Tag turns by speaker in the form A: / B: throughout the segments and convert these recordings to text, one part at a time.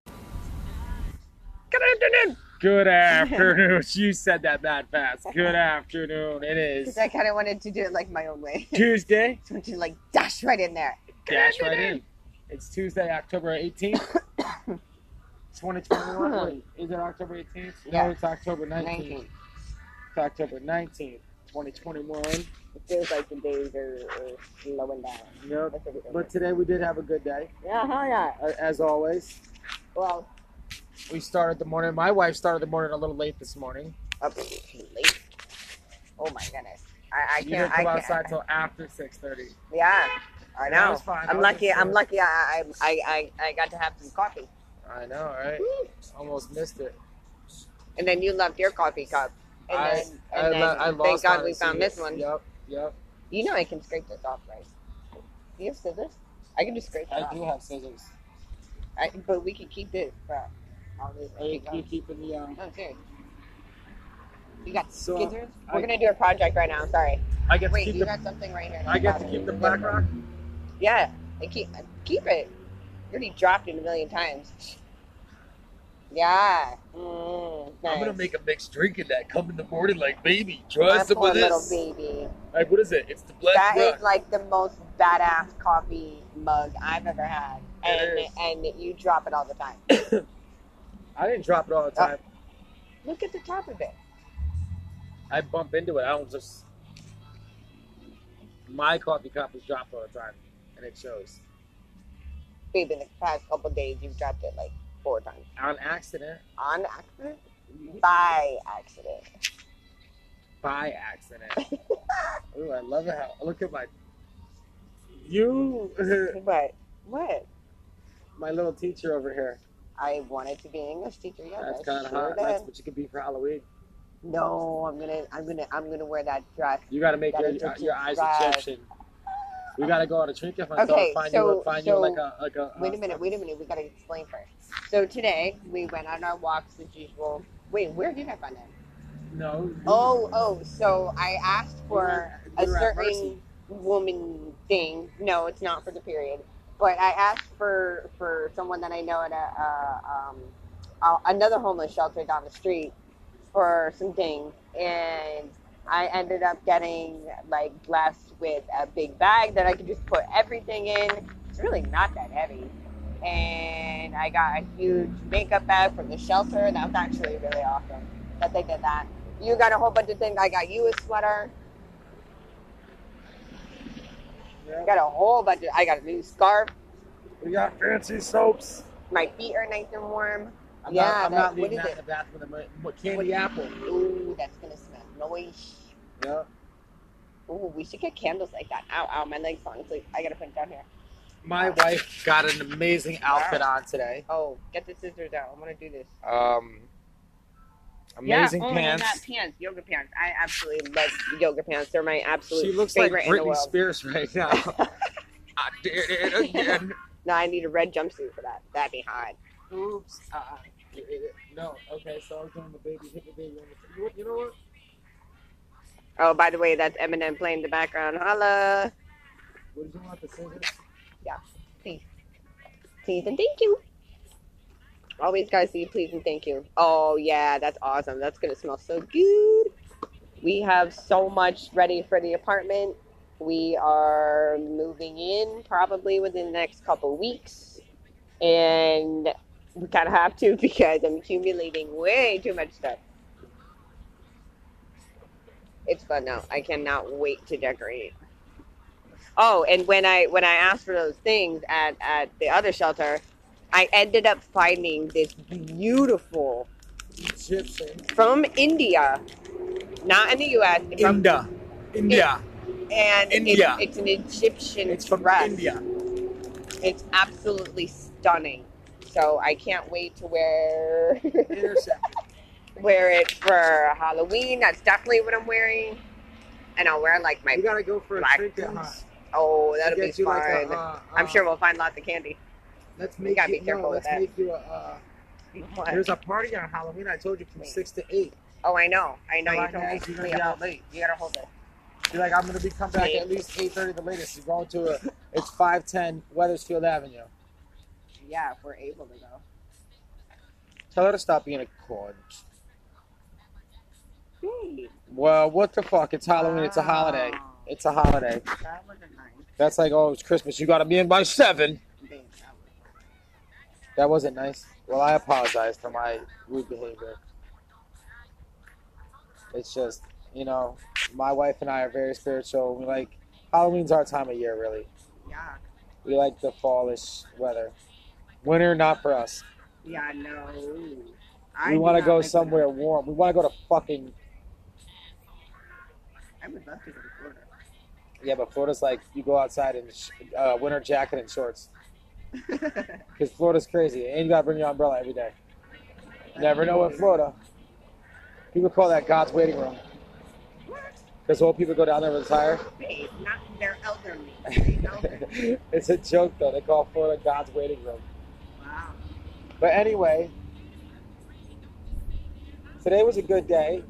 A: Good afternoon. She said that that fast. Good afternoon. It is
B: Because I kind of wanted to do it like my own way.
A: Tuesday.
B: Just wanted to like dash right in there.
A: Dash right in. It's Tuesday, October 18th. 2021. Wait, is it October 18th? No,
B: Yeah.
A: it's October 19th.
B: 19.
A: It's October 19th, 2021.
B: It feels like the days are, are slowing down.
A: No, but today we did have a good day,
B: yeah, hell yeah.
A: a- as always.
B: Well,
A: We started the morning. My wife started the morning a little late this morning.
B: up late. Oh my goodness. I, I
A: you didn't
B: can't. I
A: come
B: can't.
A: outside till after 6:30.
B: yeah. I
A: That
B: know.
A: was fine.
B: I'm
A: That was
B: lucky.
A: just
B: I'm
A: good.
B: lucky. I, I I I I got to have some coffee,
A: I know, right? Almost missed it.
B: and then you loved your coffee cup, and
A: I,
B: then, and
A: I,
B: then
A: lo- I lost
B: thank God
A: mine,
B: we
A: so
B: found
A: yeah.
B: this one.
A: Yep, yep.
B: You know I can scrape this off, right? Do you have scissors? I can just scrape it
A: I
B: off.
A: do have scissors.
B: I, but we could keep this for all this.
A: Are you, you keeping the um?
B: No, seriously. Oh, You got
A: So,
B: scissors?
A: I-
B: We're gonna do a project right now. Sorry.
A: I get
B: Wait,
A: to keep
B: you
A: the.
B: got something right here.
A: I get to keep the black rock.
B: Yeah, I keep keep it. You already dropped it a million times. Yeah. Mm, nice.
C: I'm gonna make a mixed drink in that. Come in the morning, like baby,
B: My
C: try some
B: poor
C: of this.
B: little baby.
C: Like what is it? It's the black
B: That is
C: rock.
B: like the most badass coffee mug I've ever had,
C: It
B: and and you drop it all the time.
A: I didn't drop it all the
B: Oh.
A: time.
B: Look at the top of it.
A: I bump into it. I don't just. My coffee cup is dropped all the time, and it shows
B: Babe, in the past couple days, you've dropped it like four times
A: on accident,
B: on accident, by accident.
A: by accident. Ooh, I love it how look at my. You,
B: But what?
A: my little teacher over here.
B: I wanted to be an English teacher. Yeah,
A: That's
B: that's
A: kind of hot. That's what you could be for Halloween.
B: No, I'm gonna, I'm gonna, I'm gonna wear that dress.
A: You gotta make
B: Gotta
A: your,
B: get you
A: your eyes
B: fried.
A: Egyptian. We gotta go on a trinket hunt.
B: Okay,
A: so I'll find
B: so-
A: you, a- find
B: so-
A: you like a like a.
B: Wait a minute, wait a minute. We gotta explain first. So today we went on our walks as usual. Wait, where did I find that?
A: No. you-
B: Oh, oh. So I asked
A: you
B: for
A: were- you
B: a
A: were at Mercy.
B: certain woman thing. No, it's not for the period. But I asked for for someone that I know at a, a um a, another homeless shelter down the street for some things, and I ended up getting like blessed with a big bag that I could just put everything in. It's really not that heavy. And I got a huge makeup bag from the shelter. That was actually really awesome that they did that. You got a whole bunch of things. I got you a sweater. I
A: Yeah.
B: got a whole bunch of. I got a new scarf.
A: We got fancy soaps.
B: My feet are nice and warm.
A: I'm
B: Yeah,
A: not, I'm
B: that-
A: not
B: what
A: leaving
B: is
A: that
B: it?
A: in the bathroom. with a mo- mo- Candy apple.
B: Ooh, that's gonna smell nice.
A: Yeah.
B: Ooh, we should get candles like that. Ow, ow, my legs falling asleep. I gotta put it down here.
A: My wife got an amazing outfit on today.
B: Oh, get the scissors out. I want to do this.
A: Um. Amazing
B: yeah, oh,
A: pants.
B: Not pants, yoga pants. I absolutely love yoga pants. They're my absolute
A: She looks like
B: favorite in the
A: Britney
B: world.
A: Spears right now. I did it again.
B: No, I need a red jumpsuit for that. That'd be hot.
A: Oops. Uh, no. Okay. So I was doing the baby, hit the baby. On the, you, you know what?
B: Oh, by the way, that's Eminem playing in the background. Holla.
A: What did you want the scissors?
B: please and thank you. Always gotta see please and thank you. Oh yeah, that's awesome. That's gonna smell so good. We have so much ready for the apartment. We are moving in probably within the next couple weeks, and we kind of have to because I'm accumulating way too much stuff. It's fun though. I cannot wait to decorate. Oh, and when I when I asked for those things at at the other shelter, I ended up finding this beautiful
A: Egyptian.
B: from India, not in the U.S. from-
A: India. India.
B: and
A: India.
B: It's, it's an Egyptian
A: It's from
B: dress.
A: India.
B: It's absolutely stunning. So I can't wait to wear
A: Intercept.
B: wear it for Halloween. That's definitely what I'm wearing, and I'll wear like my
A: We gotta go for a
B: black
A: trinket
B: boots.
A: hunt.
B: oh that'll
A: Get
B: be
A: you
B: fun.
A: like a, uh,
B: I'm
A: uh,
B: sure we'll find lots of candy.
A: Let's
B: we
A: make
B: gotta
A: you,
B: be careful
A: no,
B: with
A: let's
B: that.
A: make you a. Uh,
B: What?
A: there's a party on Halloween. I told you from
B: Wait.
A: six to eight.
B: Oh, I know. I know.
A: Come
B: You
A: on,
B: told me.
A: guys, You're gonna be
B: Wait, hold-
A: out late.
B: You gotta hold it.
A: You're like, I'm gonna be come back
B: Wait.
A: at least eight thirty the latest. You're going to a. It's five ten Weathersfield Avenue.
B: Yeah, if we're able to go.
A: Tell her to stop being a cunt.
B: Hey.
A: Well, what the fuck? It's Halloween. It's a holiday.
B: Wow.
A: It's a holiday.
B: That was a nice
A: That's like, oh, it's Christmas. You gotta be in by seven.
B: thing. That was-
A: That wasn't nice. Well, I apologize for my rude behavior. It's just, you know, my wife and I are very spiritual. We like Halloween's our time of year, really.
B: Yeah.
A: We like the fallish weather. Winter, not for us.
B: Yeah, no.
A: we want to
B: do not
A: go
B: like
A: somewhere warm. We want to go to fucking
B: Florida. I would love to go to Florida.
A: yeah, but Florida's like you go outside in sh- uh, winter jacket and shorts because Florida's crazy, and you gotta bring your umbrella every day. Never know in Florida. People call that God's waiting room
B: What?
A: because old people go down there and retire.
B: Babe, not they're elderly. They're elderly.
A: it's a joke though. They call Florida God's waiting room.
B: wow.
A: But anyway, today was a good day.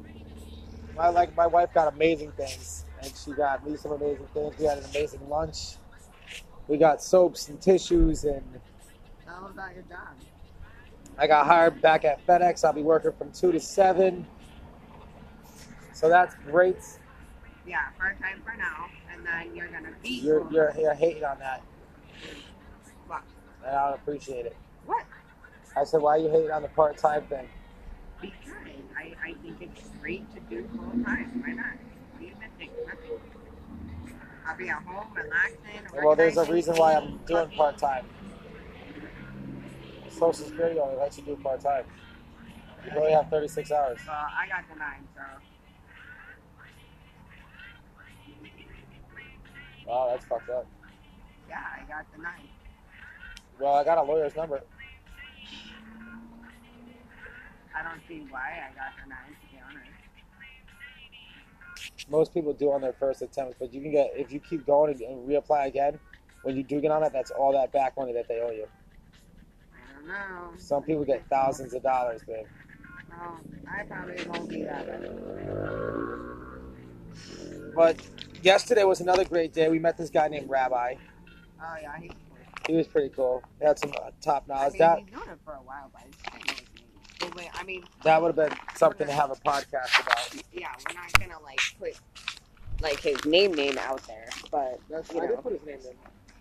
A: My like my wife got amazing things, and she got me some amazing things. We had an amazing lunch. We got soaps and tissues, and
B: How about your job?
A: I got hired back at FedEx. I'll be working from two to seven, so that's great.
B: Yeah, part time for now, and then you're gonna be.
A: You're you're, you're hating on that,
B: What?
A: and I don't appreciate it.
B: What?
A: I said, why are you hating on the part time thing?
B: Because I, I think it's great to do full time. Why not? What do you think? Nothing. I'll be at home relaxing.
A: Well, there's a
B: organizing,
A: reason why I'm doing
B: cooking.
A: part time. Social Security only lets you do part time. You really have 36 hours.
B: Well, Uh, I got the nine, so
A: Wow, that's fucked up.
B: yeah, I got the nine.
A: Well, I got a lawyer's number.
B: I don't see why I got the nine, to be honest.
A: Most people do on their first attempt, but you can get if you keep going and, and reapply again. When you do get on it, that's all that back money that they owe you.
B: I don't know.
A: Some people get thousands of dollars, babe.
B: No, I probably won't be that. bad.
A: But yesterday was another great day. We met this guy named Rabbi.
B: Oh yeah, he's cool.
A: He was pretty cool. He had some uh, top
B: I
A: knowledge.
B: mean,
A: That
B: he's known him for a while, but I just didn't know his name. But wait, I mean,
A: that would have been something to have a podcast about.
B: yeah, we're not gonna like put like his name name out there, but
A: That's,
B: I did
A: put his name in.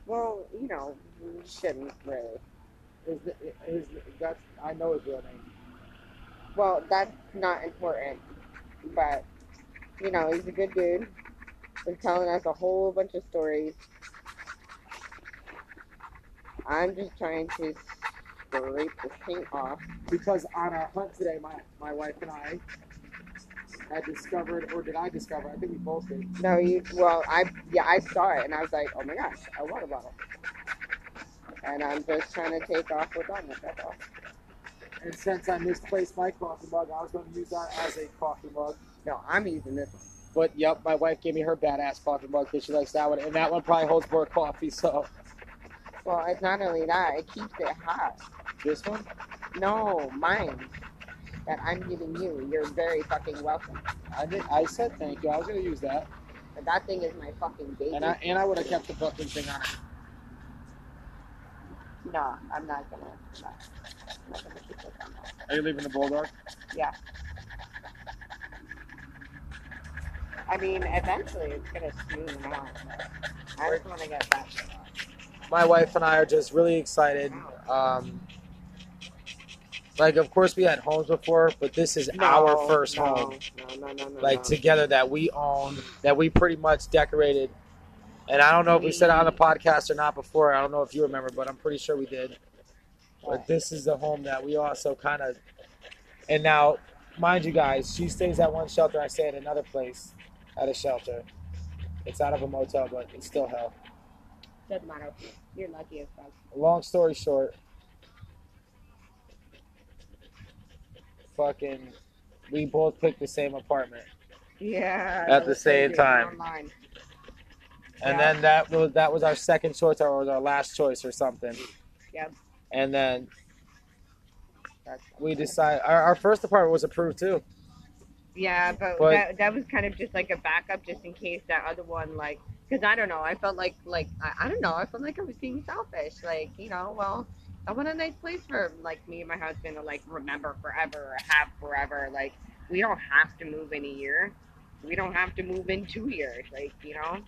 B: well, you know, we shouldn't really.
A: His, his, that's, I know his real name.
B: Well, that's not important, but you know, he's a good dude. Been telling us a whole bunch of stories. I'm just trying to scrape this paint off.
A: Because on our hunt today, my, my wife and I had discovered, or did I discover? I think we both did.
B: No, you. Well, I yeah, I saw it and I was like, oh my gosh, a water bottle. And I'm just trying to take off what's on it. That's all.
A: And since I misplaced my coffee mug, I was going to use that as a coffee mug.
B: No, I'm using this.
A: But yep, my wife gave me her badass coffee mug because she likes that one, and that one probably holds more coffee. So
B: Well, it's not only that; it keeps it hot.
A: this one,
B: No, mine. That I'm giving you. You're very fucking welcome.
A: I did, I said thank you. I was going to use that,
B: But that thing is my fucking baby.
A: and I and I would have kept the fucking thing on it.
B: no, I'm not gonna. No, I'm not gonna keep it on that.
A: Are you leaving the bulldog?
B: I mean, eventually it's gonna smooth out. but I just want to get that. shit off.
A: my wife and I are just really excited. Um, like, of course, we had homes before, but this is our
B: No,
A: first
B: no,
A: home,
B: No, no, no, no.
A: like
B: no.
A: together that we own, that we pretty much decorated. And I don't know if we said it on the podcast or not before. I don't know if you remember, but I'm pretty sure we did.
B: Oh.
A: But this is the home that we also kind of. And now, mind you guys, she stays at one shelter. I stay at another place at a shelter. It's out of a motel, but it's still hell.
B: Doesn't matter. You're lucky as fuck.
A: long story short, fucking, we both picked the same apartment,
B: Yeah.
A: At the same time.
B: Online.
A: and
B: Yeah.
A: then that was that was our second choice or was our last choice or something.
B: Yep.
A: And then
B: That's-
A: we decided our, our first apartment was approved too.
B: Yeah, but,
A: But-
B: that, that was kind of just like a backup, just in case that other one, like, because I don't know, I felt like like I, I don't know, I felt like I was being selfish, like you know, well, I want a nice place for like me and my husband to like remember forever or have forever. Like we don't have to move in a year. We don't have to move in two years. Like you know,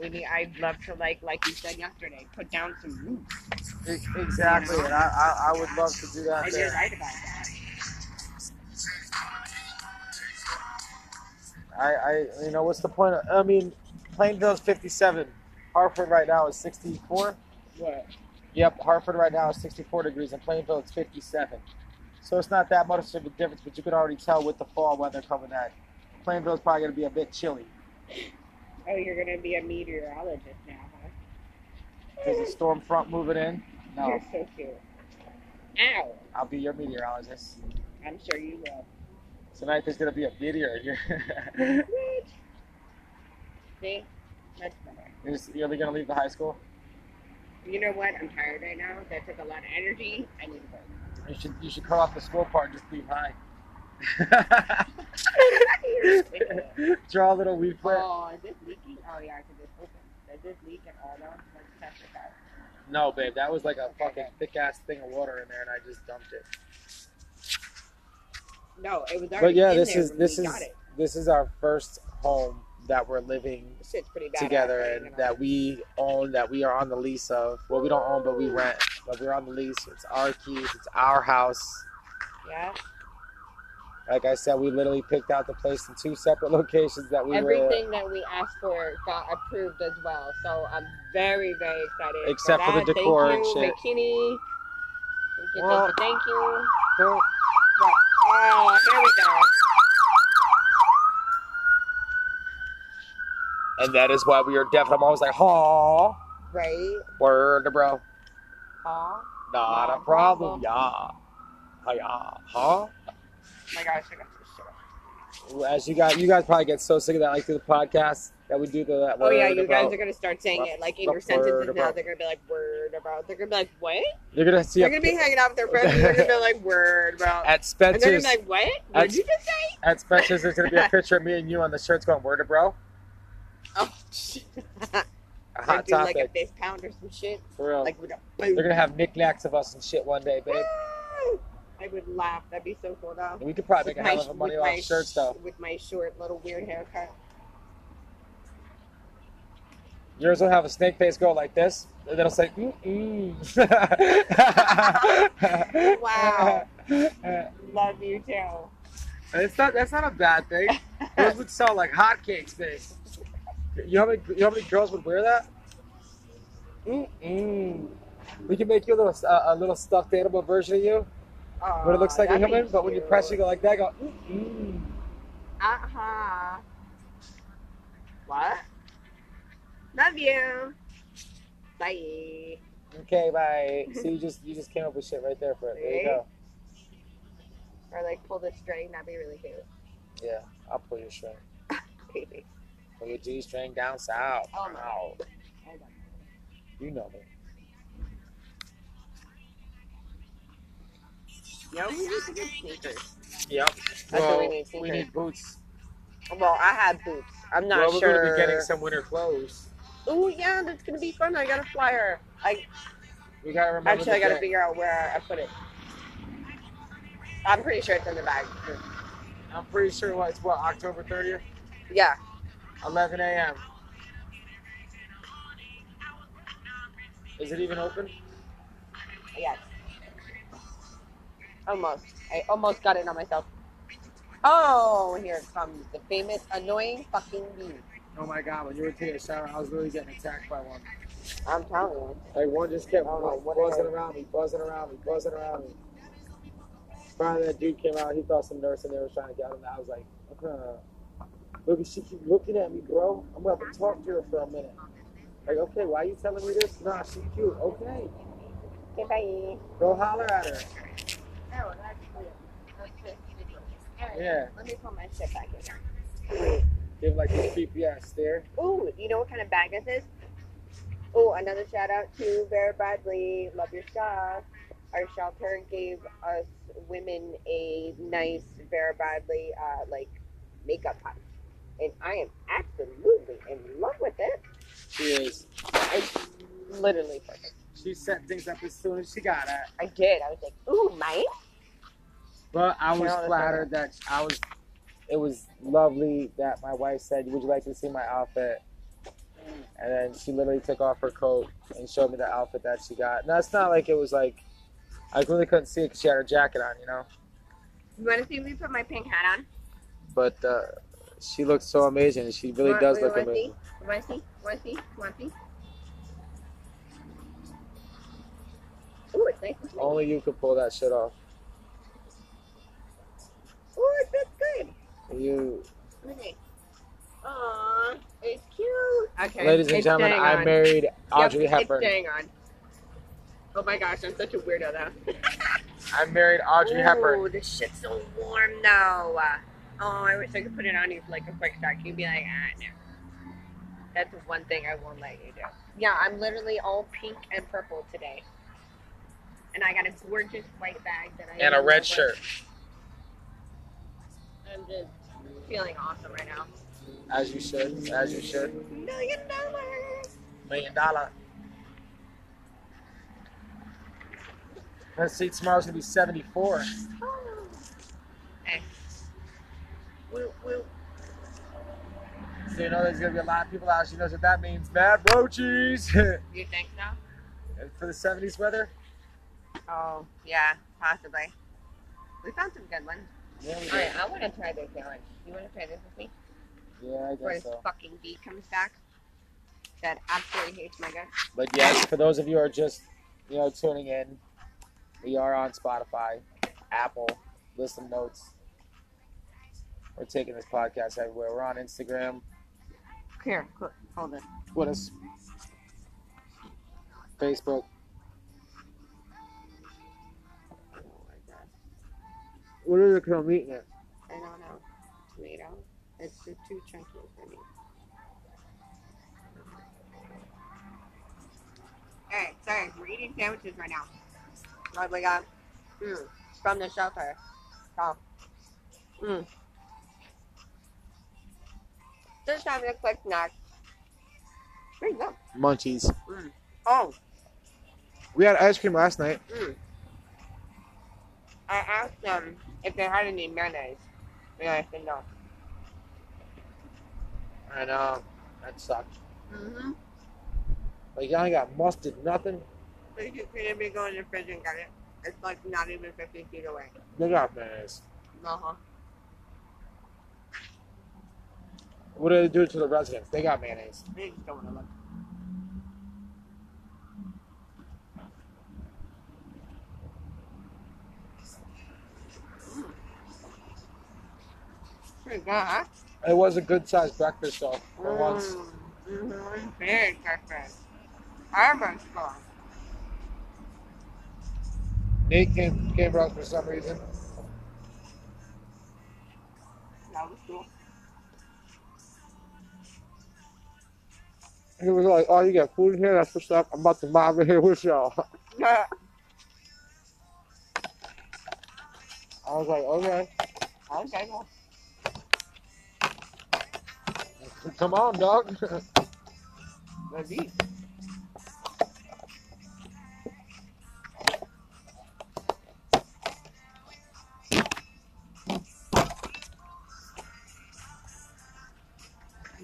B: we need. I'd love to like like you said yesterday, put down some roots.
A: E- Exactly, and I, I, I would love to do that
B: And you're
A: there.
B: right about that.
A: I, I, you know, what's the point? Of, I mean, Plainville's 57. Hartford right now is 64.
B: What?
A: Yep, Hartford right now is 64 degrees, and Plainville it's 57. So it's not that much of a difference, but you could already tell with the fall weather coming at. Plainville's probably going to be a bit chilly
B: Oh, you're gonna be a meteorologist now, huh?
A: There's a storm front moving in. No,
B: You're so cute. Ow!
A: I'll be your meteorologist.
B: I'm sure you will.
A: Tonight there's going to be a meteor here.
B: What? See, that's better.
A: You're just- you're going to leave the high school?
B: You know what? I'm tired right now. That took a lot of energy. I need a break.
A: You should you should cut off the school part and just leave high. Draw a little weed plant.
B: Oh, is this leaking? Oh yeah, because it's open. Does this leak at all though? Let's test this out.
A: No, babe, that was like a fucking thick ass thing of water in there, and I just dumped it.
B: No, it was already
A: But yeah,
B: in
A: this
B: there
A: is
B: when
A: this
B: we
A: is
B: got it.
A: this is our first home that we're living
B: This shit's pretty bad.
A: together and that we own that we are on the lease of. Well, we don't own, but we rent. But we're on the lease. It's our keys. It's our house.
B: yeah.
A: Like I said, we literally picked out the place in two separate locations that we were.
B: Everything that we asked for got approved as well. So I'm very, very excited.
A: Except for
B: for
A: the
B: that.
A: decor and
B: Thank you,
A: shit.
B: McKinney. Thank you,
A: Well-
B: thank you, thank you.
A: Don't-
B: Right. Oh, here we go.
A: And that is why we are definitely. I'm always like, "Aw,
B: Right.
A: word, bro,
B: Aw.
A: not a problem, yeah, yeah, huh."
B: my gosh, I got this shit.
A: As you guys, you guys probably get so sick of that, like through the podcast that we do the that.
B: Oh yeah,
A: word,
B: you
A: bro.
B: guys are gonna start saying it like in
A: Word
B: your sentences now.
A: about-
B: They're gonna be like word about. They're gonna be like what?
A: You're gonna see.
B: They're
A: a-
B: gonna be hanging out with their friends. and They're gonna be like word about.
A: at
B: And they're gonna
A: Spencer's.
B: be like what? What did you just say?
A: at Spencer's, there's gonna be a picture of me and you on the shirts going "Word, bro."
B: Oh shit.
A: A
B: Or
A: hot
B: do like a
A: topic,
B: fist pound or some shit.
A: for real.
B: Like with a
A: They're
B: boot.
A: gonna have knickknacks of us and shit one day, babe.
B: I would laugh. That'd be so cool though.
A: And we could probably
B: With
A: make a
B: my-
A: hell of a money
B: with my
A: off shirts, though.
B: With my short little weird haircut.
A: Yours will have a snake face go like this, and it'll say, mm
B: Wow. Love you too.
A: It's not, that's not a bad thing. Those would sell like hotcakes, babe. You know, how many, you know how many girls would wear that? Mm-mm. We can make you a little, uh, a little stuffed animal version of you, but it looks like a human. But when you press, you go like that. Go. Mm-mm.
B: Uh huh. What? Love you. Bye.
A: Okay, bye. See, you just you just came up with shit right there for it. There you go.
B: Or like pull the string. That'd be really cute.
A: Yeah, I'll pull your string.
B: Creepy.
A: Pull your G string down south.
B: Oh, my.
A: Ow.
B: Hold on.
A: You know me.
B: Nope. We need to get sneakers.
A: Yep.
B: That's what we
A: Well,
B: need,
A: we
B: sneakers.
A: need boots.
B: Well, I have boots. I'm not
A: well, we're
B: sure.
A: gonna be getting some winter clothes.
B: Oh yeah, that's gonna be fun. I got a flyer. I
A: We gotta remember.
B: actually I
A: the
B: gotta
A: day.
B: figure out where I put it. I'm pretty sure it's in the bag.
A: I'm pretty sure what, it's what October 30th,
B: Yeah.
A: 11 a.m. Is it even open?
B: Yes. Almost. I almost got it on myself. Oh, here comes the famous annoying fucking bee.
A: Oh my god! When you were taking a shower, I was literally getting attacked by one.
B: I'm telling you.
A: Like one just kept
B: Oh,
A: like,
B: what
A: buzzing
B: is-
A: around me, buzzing around me, buzzing around me. Finally, that dude came out. He thought some nurse in there was trying to get him. I was like, okay. look, she keep looking at me, bro. I'm gonna have to talk to her for a minute. Like, okay, why you telling me this? Nah, she cute. Okay,
B: Goodbye.
A: go holler at her.
B: Oh, that's weird. That's just Alright,
A: Yeah.
B: Let me put my shit back in.
A: Give like this creepy ass stare.
B: Ooh, you know what kind of bag this is? Ooh, another shout out to Vera Bradley. Love your stuff. Our shelter gave us women a nice Vera Bradley uh, like makeup pouch, and I am absolutely in love with it.
A: She is.
B: It's literally perfect.
A: She She set things up as soon as she got it.
B: I did. I was like, ooh, mine.
A: But I was
B: Carol is
A: flattered that I was. It was lovely that my wife said, "Would you like to see my outfit?" And then she literally took off her coat and showed me the outfit that she got. Now it's not like it was like I really couldn't see it because she had her jacket on, you know.
B: You want to see me put my pink hat on?
A: But uh, she looked so amazing. and She really
B: Want-
A: does
B: we
A: look
B: wanna
A: amazing.
B: see? You want to see? Want to see? Want to see? Ooh, it's nice. and clean.
A: Only you could pull that shit off.
B: Ooh, it fits good.
A: You,
B: Okay. Aw, it's cute. Okay.
A: ladies and
B: it's
A: gentlemen,
B: staying
A: I
B: on.
A: married Audrey
B: Yep,
A: Hepburn.
B: It's staying on. Oh my gosh, I'm such a weirdo though.
A: I married Audrey
B: Ooh,
A: Hepburn.
B: this shit's so warm though. Oh, I wish I could put it on you for like a quick start. You'd be like, ah, no. That's the one thing I won't let you do. Yeah, I'm literally all pink and purple today. And I got a gorgeous white bag that I
A: And a red
B: love.
A: shirt.
B: I'm just feeling awesome right now.
A: As you should. As you should.
B: Million dollars.
A: Million dollar. Let's see, tomorrow's gonna be 74.
B: Oh. Hey. Woo, woo.
A: So you know there's gonna be a lot of people out. She knows what that means. Mad roaches. And
B: You think so?
A: For the 70s weather.
B: Oh, yeah, possibly. We found some good ones.
A: Yeah, we
B: All right,
A: did.
B: I want to try this challenge. You want to try this with me?
A: yeah, I
B: Before
A: guess
B: this
A: so.
B: fucking bee comes back. That absolutely hates my guts.
A: But yes, for those of you who are just, you know, tuning in, we are on Spotify, Apple, Listen Notes. We're taking this podcast everywhere. We're on Instagram,
B: Here, qu- hold it.
A: Twitter, Facebook.
B: Oh my gosh.
A: What is it called? Meeting it.
B: I don't know. Tomato. It's just too chunky for me. All right, sorry. We're eating sandwiches right now. What we got? Mm, from the shelter. Oh. Mm. Just having a quick snack. There you go.
A: Munchies.
B: Oh,
A: We had ice cream last night.
B: mm. I asked them if they had any mayonnaise. And I said no.
A: I know. um, That sucked.
B: Mm-hmm.
A: Like, y'all ain't got mustard, nothing.
B: But you couldn't be going to the fridge and get it. It's like not even 50 feet away.
A: They got mayonnaise.
B: Uh-huh.
A: What do they do to the residents? They got mayonnaise.
B: They just don't want to look. Mm. Pretty good, huh?
A: It was a good sized breakfast, though, for
B: Mm.
A: once.
B: Mm-hmm. Very breakfast. Armor strong.
A: Nate came, came up for some reason.
B: That was cool.
A: He was like, "Oh, you got food here? That's what's up. I'm about to mob in here with y'all."
B: Yeah.
A: I was like, "Okay,
B: Okay, well.
A: come on, dog."
B: Let's eat.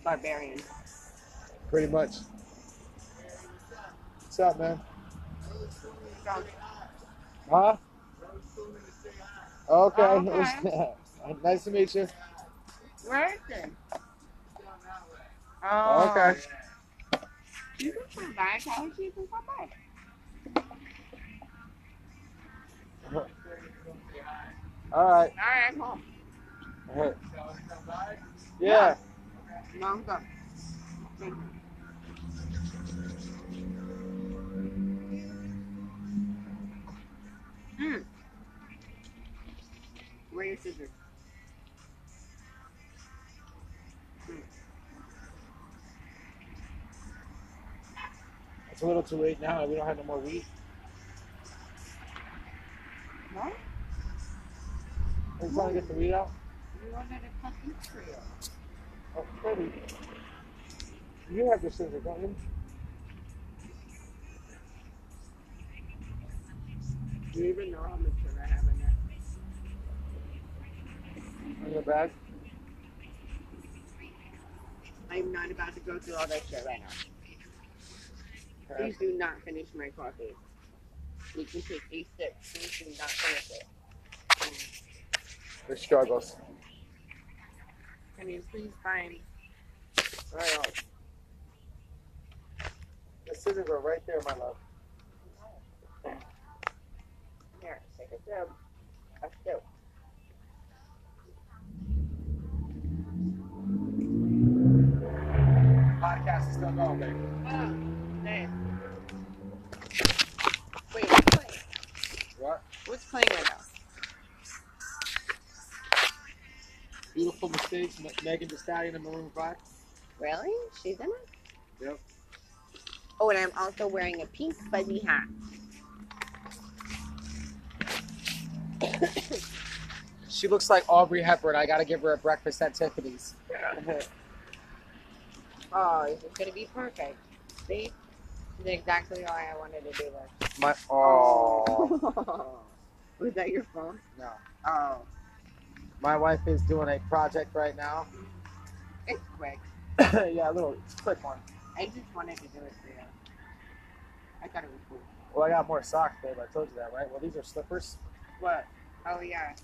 B: Barbarian.
A: Pretty much. What's up, man? Huh? Okay.
B: Oh, Okay.
A: nice to meet you.
B: Where is it? Oh.
A: Okay.
B: You can come by, college, you can come by.
A: All right.
B: Alright, cool.
A: Yeah.
B: No, I'm good. Thank you. Mm. Where are your scissors?
A: It's a little too late now. We don't have no more wheat.
B: No?
A: Are you trying to get the wheat out?
B: You wanted a custom trio.
A: Oh, pretty. You have your scissors, don't you?
D: Even the raw material I have in there.
A: In the bag.
B: I'm not about to go through all that shit right now. Please do not finish my coffee. You can take a sip. Please do not finish it.
A: The struggles.
D: I mean, please find.
A: Hang on. The scissors are right there, my love.
B: Here, take a sip. A sip.
A: Podcast is still going, baby.
D: Oh, nice.
B: Wait, who's playing?
A: What?
B: What's playing right now?
A: Beautiful mistakes. Me- Megan Thee Stallion and Maroon Five.
B: Really? She's in it?
A: Yep.
B: Oh, and I'm also wearing a pink fuzzy hat.
A: She looks like Aubrey Hepburn. I gotta give her a breakfast at Tiffany's.
B: Oh, this is gonna be perfect. See? This is exactly why I wanted to do this.
A: My oh
B: Was that your phone?
A: no.
B: Oh.
A: My wife is doing a project right now.
B: It's quick.
A: yeah, a little it's a quick one.
B: I just wanted to do it for you. I thought it was cool.
A: Well, I got more socks, babe. I told you that, right? Well, these are slippers.
B: What? Oh yeah.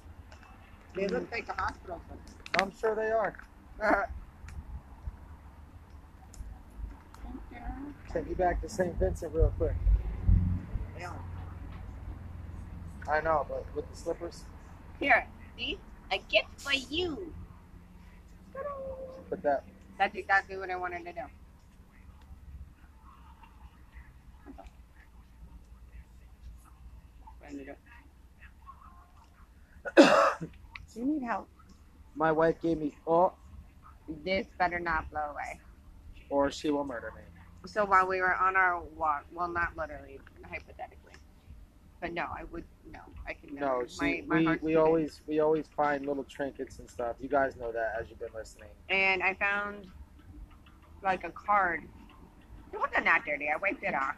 B: They look like a hospital foot.
A: I'm sure they are. Take you back to St. Vincent real quick.
B: Yeah.
A: I know, but with the slippers,
B: Here, see? A gift for you.
A: but that
B: That's exactly what I wanted to do. Wanted to do. Do you need help?
A: my wife gave me oh,
B: This better not blow away.
A: or she will murder me.
B: So while we were on our walk, well, not literally, hypothetically, but no, I would no, I could never.
A: No, she, we,
B: heart's
A: we
B: beating.
A: always we always find little trinkets and stuff. You guys know that as you've been listening.
B: and I found like a card. It wasn't that dirty. I wiped it off.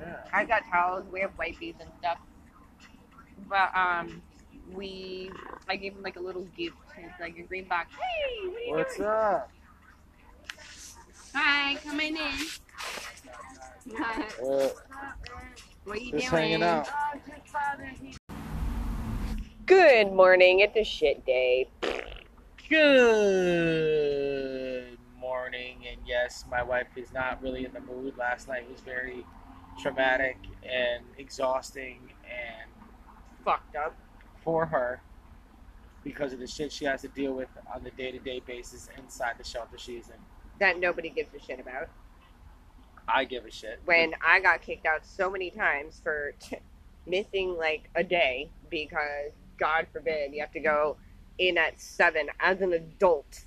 A: Yeah.
B: I got towels. We have wipies and stuff. But um, we I gave him like a little gift. It's like a green box. Hey, what are you
A: What's
B: doing?
A: up?
B: Hi, come in.
A: Uh,
B: what are you
A: just hanging
B: doing?
A: out.
B: Good morning. It's a shit day.
A: Good morning, and yes, my wife is not really in the mood. Last night was very traumatic and exhausting and fucked up for her because of the shit she has to deal with on the day to day basis inside the shelter she's in.
B: That nobody gives a shit about.
A: I give a shit.
B: when I got kicked out so many times for t- missing like a day because God forbid you have to go in at seven as an adult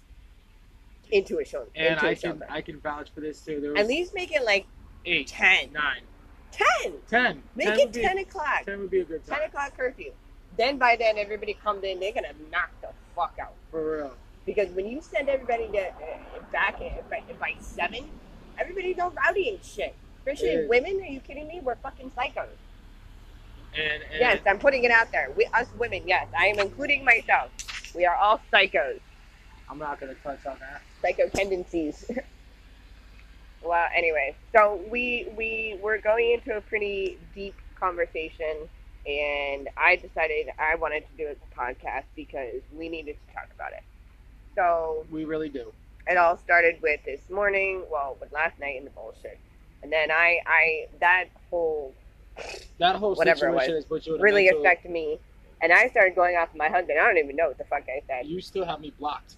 B: into a show.
A: and
B: into a
A: I can
B: shelter.
A: I can vouch for this too. There was
B: at least make it like
A: eight,
B: ten.
A: nine,
B: Ten.
A: ten.
B: Make
A: 10
B: it
A: would be-
B: ten o'clock.
A: Ten would be a good
B: Ten
A: time
B: o'clock curfew. Then by then everybody comes in, they're gonna knock the fuck out.
A: for real.
B: Because when you send everybody to, uh, back at, by, by seven, everybody's all rowdy and shit. Especially
A: Yeah.
B: women. Are you kidding me? We're fucking psychos.
A: And, and
B: Yes, I'm putting it out there. We, us women, yes, I am including myself. We are all psychos,
A: I'm not gonna touch on that.
B: psycho tendencies. well, anyway, so we we were going into a pretty deep conversation, and I decided I wanted to do a podcast because we needed to talk about it. So
A: We really do.
B: it all started with this morning, well, with last night and the bullshit, and then I I that whole
A: That whole
B: Whatever it
A: situation has put you in a
B: really
A: mental-
B: affected me, and I started going off my husband. I don't even know what the fuck I said.
A: You still have me blocked.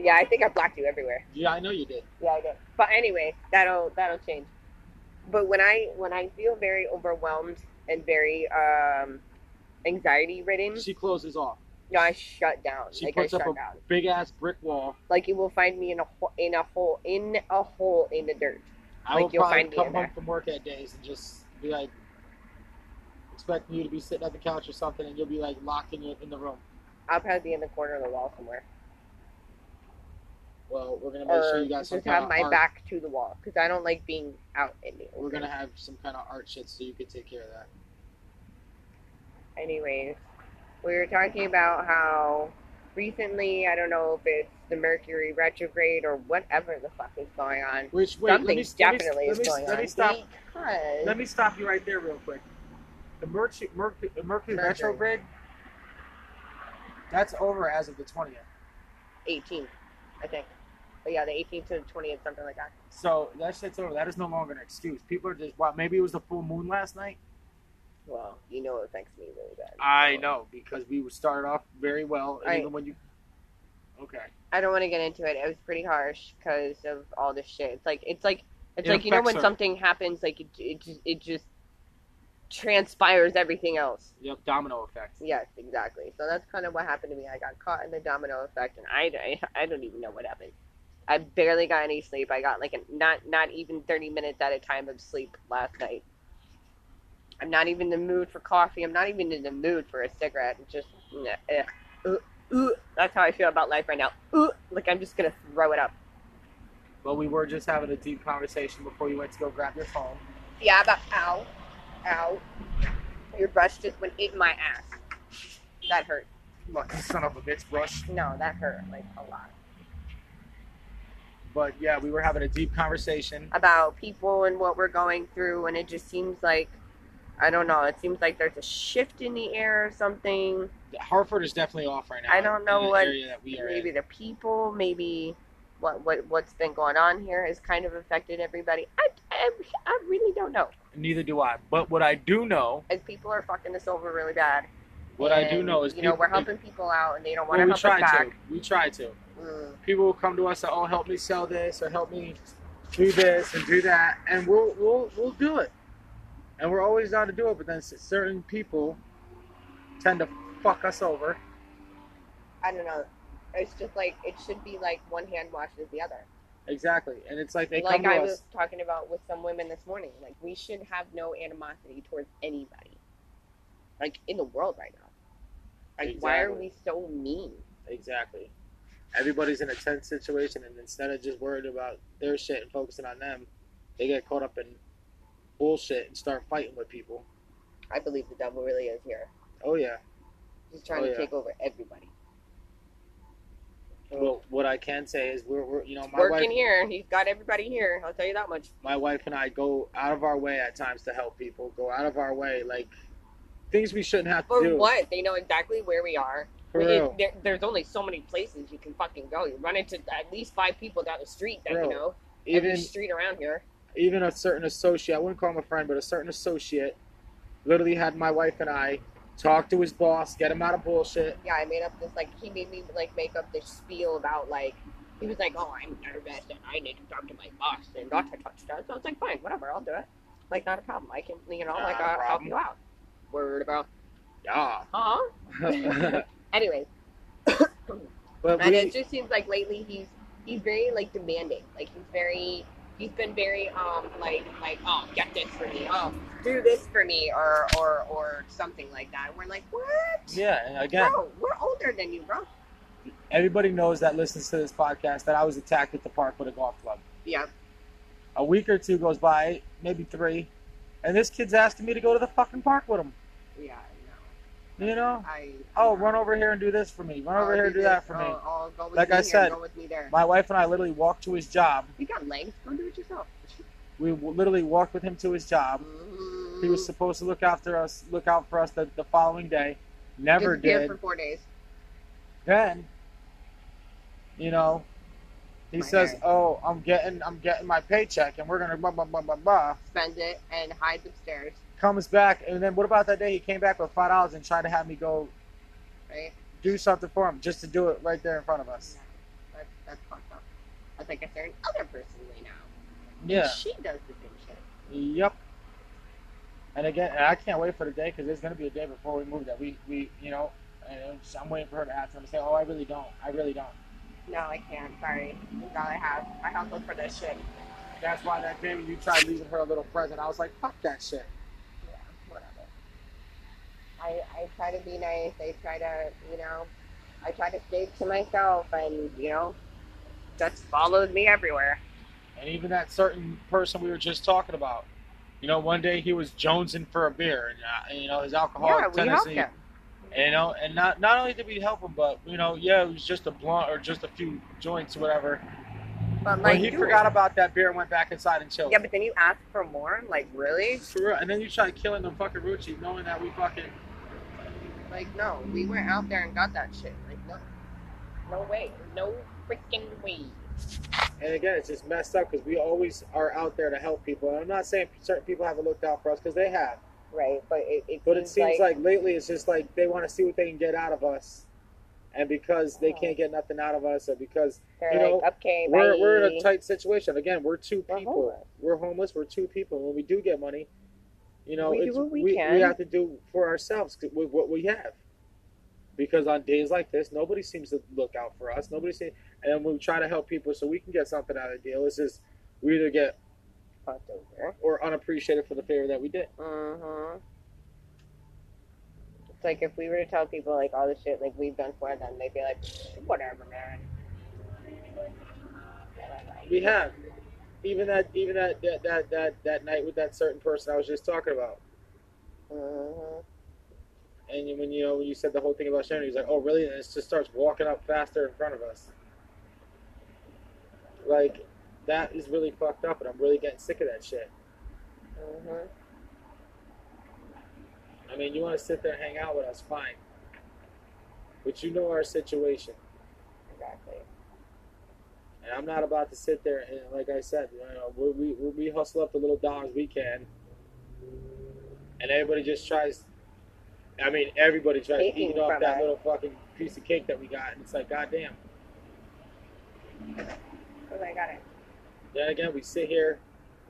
B: Yeah, I think I blocked you everywhere.
A: Yeah, I know you did.
B: Yeah, I did. But anyway, that'll that'll change. But when I when I feel very overwhelmed and very um anxiety ridden,
A: She closes off.
B: no, I shut down.
A: She
B: like I
A: puts
B: shut
A: up a
B: down.
A: big ass brick wall.
B: Like you will find me in a ho- in a hole in a hole in the dirt.
A: I
B: Like,
A: will
B: you'll
A: probably
B: find me
A: come
B: in
A: home
B: there.
A: from work at days and just be like expecting you to be sitting at the couch or something, and you'll be like locked in your, in the room.
B: I'll probably be in the corner of the wall somewhere,
A: Well, we're gonna make
B: or
A: sure you got
B: Um, just
A: some
B: have
A: kind of
B: my
A: art.
B: back to the wall because I don't like being out in the.
A: We're
B: open.
A: gonna have some kind of art shit so you can take care of that.
B: anyways, we were talking about how recently, I don't know if it's the Mercury retrograde or whatever the fuck is going on.
A: Which wait, let me,
B: Something's definitely
A: let
B: is
A: me,
B: going
A: let me,
B: on.
A: Let me stop.
B: Because
A: Let me stop you right there, real quick. The Mercury, Mercury, Mercury
B: Mercury.
A: retrograde. That's over as of the twentieth.
B: 18, I think. But yeah, the 18th to the 20th, something like that.
A: So that shit's over. That is no longer an excuse. People are just well, maybe it was the full moon last night.
B: Well, you know it affects me really bad.
A: I know uh, because we started off very well, and
B: Right.
A: even when you. Okay.
B: I don't want to get into it. It was pretty harsh because of all this shit. It's like it's like it's
A: It
B: like you know
A: affects
B: when
A: her.
B: something happens, like it it just, it just transpires everything else.
A: Yep. Domino effect.
B: Yes, exactly. So that's kind of what happened to me. I got caught in the domino effect, and I, I, I don't even know what happened. I barely got any sleep. I got like a, not not even thirty minutes at a time of sleep last night. I'm not even in the mood for coffee. I'm not even in the mood for a cigarette. It's Just nah, eh. Ooh, ooh. that's how I feel about life right now. Ooh, like I'm just gonna throw it up.
A: But we were just having a deep conversation before you went to go grab your phone.
B: Yeah, but ow, ow. Your brush just went in my ass. That hurt.
A: Look, son of a bitch, brush.
B: No, that hurt like a lot.
A: But yeah, we were having a deep conversation.
B: about people and what we're going through and it just seems like I don't know, it seems like there's a shift in the air or something.
A: Hartford is definitely off right now.
B: I don't know
A: in the
B: what-
A: area that we are
B: Maybe
A: in.
B: the people, maybe what what what's been going on here has kind of affected everybody. I I, I really don't know.
A: Neither do I. But what I do know,
B: As people are fucking us over really bad.
A: what I do
B: And,
A: know is
B: you know
A: people-
B: we're helping people out and they don't want
A: well, we
B: to help
A: try
B: us back.
A: to. We try to.
B: Mm.
A: People will come to us and oh, help me sell this or help me do this and do that, and we'll we'll we'll do it. And we're always down to do it. But then s- certain people tend to fuck us over.
B: I don't know. It's just like it should be like one hand washes the other.
A: Exactly. And it's like they
B: like
A: come to
B: I
A: us.
B: was talking about with some women this morning, like we should have no animosity towards anybody, like in the world right now. Like, why are
A: Exactly.
B: we so mean?
A: Exactly. Everybody's in a tense situation, and instead of just worried about their shit and focusing on them, they get caught up in bullshit and start fighting with people.
B: I believe the devil really is here.
A: Oh yeah.
B: He's trying
A: Oh,
B: to
A: yeah.
B: take over everybody.
A: Well, what I can say is we're, we're you know my
B: Oh. Working
A: wife
B: here, he's got everybody here. I'll tell you that much.
A: my wife and I go out of our way at times to help people. Go out of our way like things we shouldn't have to
B: For
A: do.
B: what? They know exactly where we are.
A: For
B: We-
A: real.
B: there, there's only so many places you can fucking go. You run into at least five people down the street that
A: Bro,
B: you know.
A: Even
B: every street around here.
A: even a certain associate, I wouldn't call him a friend, but a certain associate literally had my wife and I talk to his boss, get him out of bullshit.
B: yeah, I made up this like he made me like make up this spiel about like he was like, oh, I'm nervous and I need to talk to my boss and not to touch that. So I was like, fine, whatever, I'll do it. Like not a problem. I can, you know,
A: Not
B: like
A: a
B: I'll help
A: problem.
B: you out. Word about,
A: Yeah.
B: huh?
A: but
B: Anyways, and
A: we,
B: it just seems like lately he's he's very like demanding. Like he's very he's been very um like like oh get this for me oh do this for me or or or something like that. And we're like what?
A: yeah, and again,
B: Bro, we're older than you, bro.
A: everybody knows that listens to this podcast that I was attacked at the park with a golf club.
B: Yeah,
A: A week or two goes by, maybe three, and this kid's asking me to go to the fucking park with him.
B: yeah,
A: You know?
B: I.
A: Oh, run over here and do this for me. Run over
B: I'll
A: here and do
B: this.
A: that for me.
B: I'll- I'll go with
A: Like
B: you
A: I
B: here,
A: said,
B: go with me there.
A: My wife and I literally walked to his job.
B: you got legs. Go do it yourself.
A: We w- literally walked with him to his job.
B: Mm.
A: He was supposed to look after us, look out for us the, the following day. Never
B: Disappeared
A: did.
B: for four days.
A: then you know he
B: My
A: says
B: hair.
A: oh i'm getting i'm getting my paycheck and we're gonna blah blah blah blah blah
B: Spends it and hides upstairs.
A: comes back and then what about that day he came back with five dollars and tried to have me go
B: Right?
A: do something for him just to do it right there in front of us
B: That's that's fucked up. That's like a certain other person we know.
A: yeah
B: She does the same shit.
A: yep and again and i can't wait for the day because there's gonna be a day before we move that we we you know and it's- i'm waiting for her to ask him to say oh i really don't i really don't
B: No, I can't. Sorry. That's all I have. My house was for this shit.
A: that's why that day when you tried leaving her a little present i was like fuck that shit
B: Yeah, whatever. I I try to be nice. I try to you know, I try to stay to myself, and you know, that's followed me everywhere.
A: and even that certain person we were just talking about You know, one day he was jonesing for a beer, and uh, you know his alcoholic
B: yeah, we helped
A: tendency.
B: him.
A: You know, and not not only did we help him, but you know, yeah, it was just a blunt or just a few joints or whatever.
B: But
A: but
B: like
A: he
B: you-
A: forgot about that beer and went back inside and chilled.
B: Yeah, but then you asked for more. Like really?
A: For real. And then you try killing the fucking Rucci, knowing that we fucking
B: Like no, we went out there and got that shit. Like no, no way, no freaking way.
A: And again, it's just messed up because we always are out there to help people. And I'm not saying certain people haven't looked out for us because they have,
B: Right, but it, it
A: but it seems like, lately it's just like they want to see what they can get out of us, and because they
B: Oh.
A: can't get nothing out of us, or because
B: they're
A: you know,
B: like okay,
A: we're
B: bye.
A: we're in a tight situation. Again, we're two
B: We're
A: people.
B: homeless.
A: We're homeless. We're two people. When we do get money, you know,
B: We do
A: it's,
B: what we
A: we,
B: can.
A: have to do for ourselves 'cause with what we have. Because on days like this, nobody seems to look out for us. Nobody seems, and we try to help people so we can get something out of the deal. It's just we either get
B: Fucked over.
A: or unappreciated for the favor that we did.
B: Mhm. It's like if we were to tell people like all the shit like we've done for them, they'd be like, whatever, man.
A: We have, even that, even that, that, that, that, that night with that certain person I was just talking about.
B: Mhm.
A: And when you know when you said the whole thing about Shannon, he was like, "Oh, really?" And it just starts walking up faster in front of us. Like, that is really fucked up, and I'm really getting sick of that shit.
B: Mhm.
A: I mean, you want to sit there and hang out with us, fine. But you know our situation,
B: Exactly.
A: and I'm not about to sit there and, like I said, you know, we we, we- we hustle up the little dollars we can, and everybody just tries. I mean, everybody tries to
B: Taking
A: eat off
B: from
A: that
B: us.
A: little fucking piece of cake that we got, and it's like, goddamn.
B: Cause I got it.
A: Then again, we sit here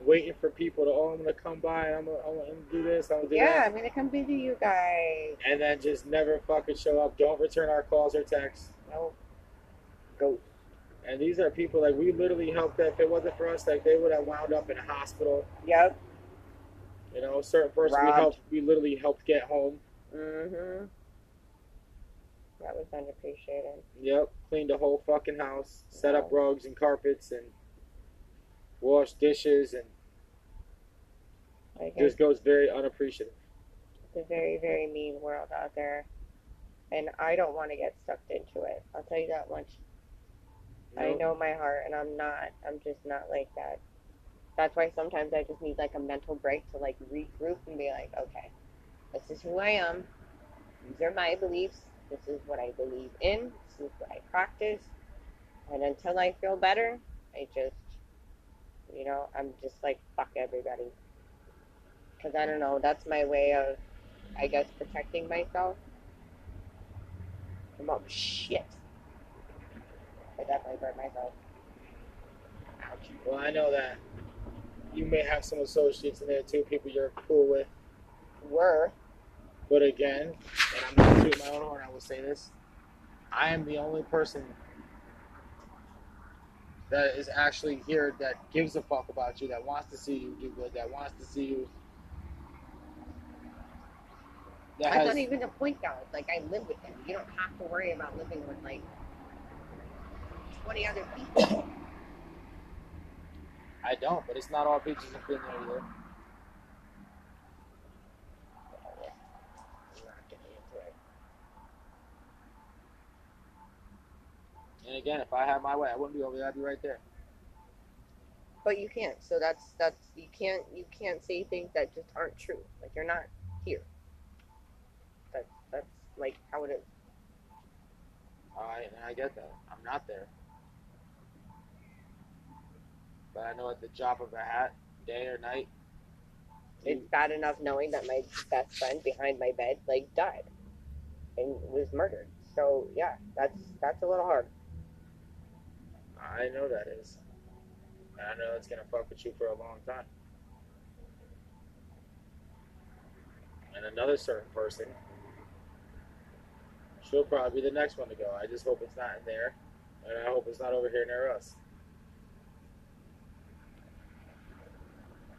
A: waiting for people to, oh, I'm gonna come by, and I'm gonna, I'm gonna do this, I'm gonna do
B: Yeah,
A: that,
B: I'm gonna come visit you guys.
A: and then just never fucking show up. Don't return our calls or texts.
B: No.
A: And these are people like we literally helped. That if it wasn't for us, like they would have wound up in a hospital.
B: Yep.
A: You know, a certain person we
B: Robbed.
A: helped, we literally helped get home.
B: Mhm. That was unappreciated.
A: Yep, cleaned the whole fucking house, set up
B: Wow.
A: rugs and carpets, and washed dishes, and
B: Like
A: just goes very unappreciative.
B: it's a very very mean world out there, and I don't want to get sucked into it. I'll tell you that much.
A: you
B: I know my heart, and I'm not. I'm just not like that. That's why sometimes I just need like a mental break to like regroup and be like, okay, this is who I am. These are my beliefs. This is what I believe in. This is what I practice. And until I feel better, I just, you know, I'm just like fuck everybody. Cause I don't know. That's my way of, I guess, protecting myself. I'm up shit. I definitely burnt myself.
A: Well, I know that you may have some associates in there too, people you're cool with.
B: Were
A: But again, and I'm not shooting my own horn, I will say this. I am the only person that is actually here that gives a fuck about you, that wants to see you do good, that wants to see you. That
B: That's
A: has,
B: not even the point, though. It's like I live with them. You don't have to worry about living with like twenty other people.
A: I don't, but it's not all beaches and cream either. And again, if I had my way, I wouldn't be over there. I'd be right there.
B: but you can't. So that's that's you can't you can't say things that just aren't true. Like you're not here. That's that's like how it is.
A: I and I get that. I'm not there. But I know at the drop of a hat, day or night,
B: It's bad enough knowing that my best friend behind my bed like died and was murdered. So yeah, that's that's a little hard.
A: I know that is. And I know it's gonna fuck with you for a long time. And another certain person, she'll probably be the next one to go. I just hope it's not in there, and I hope it's not over here near us.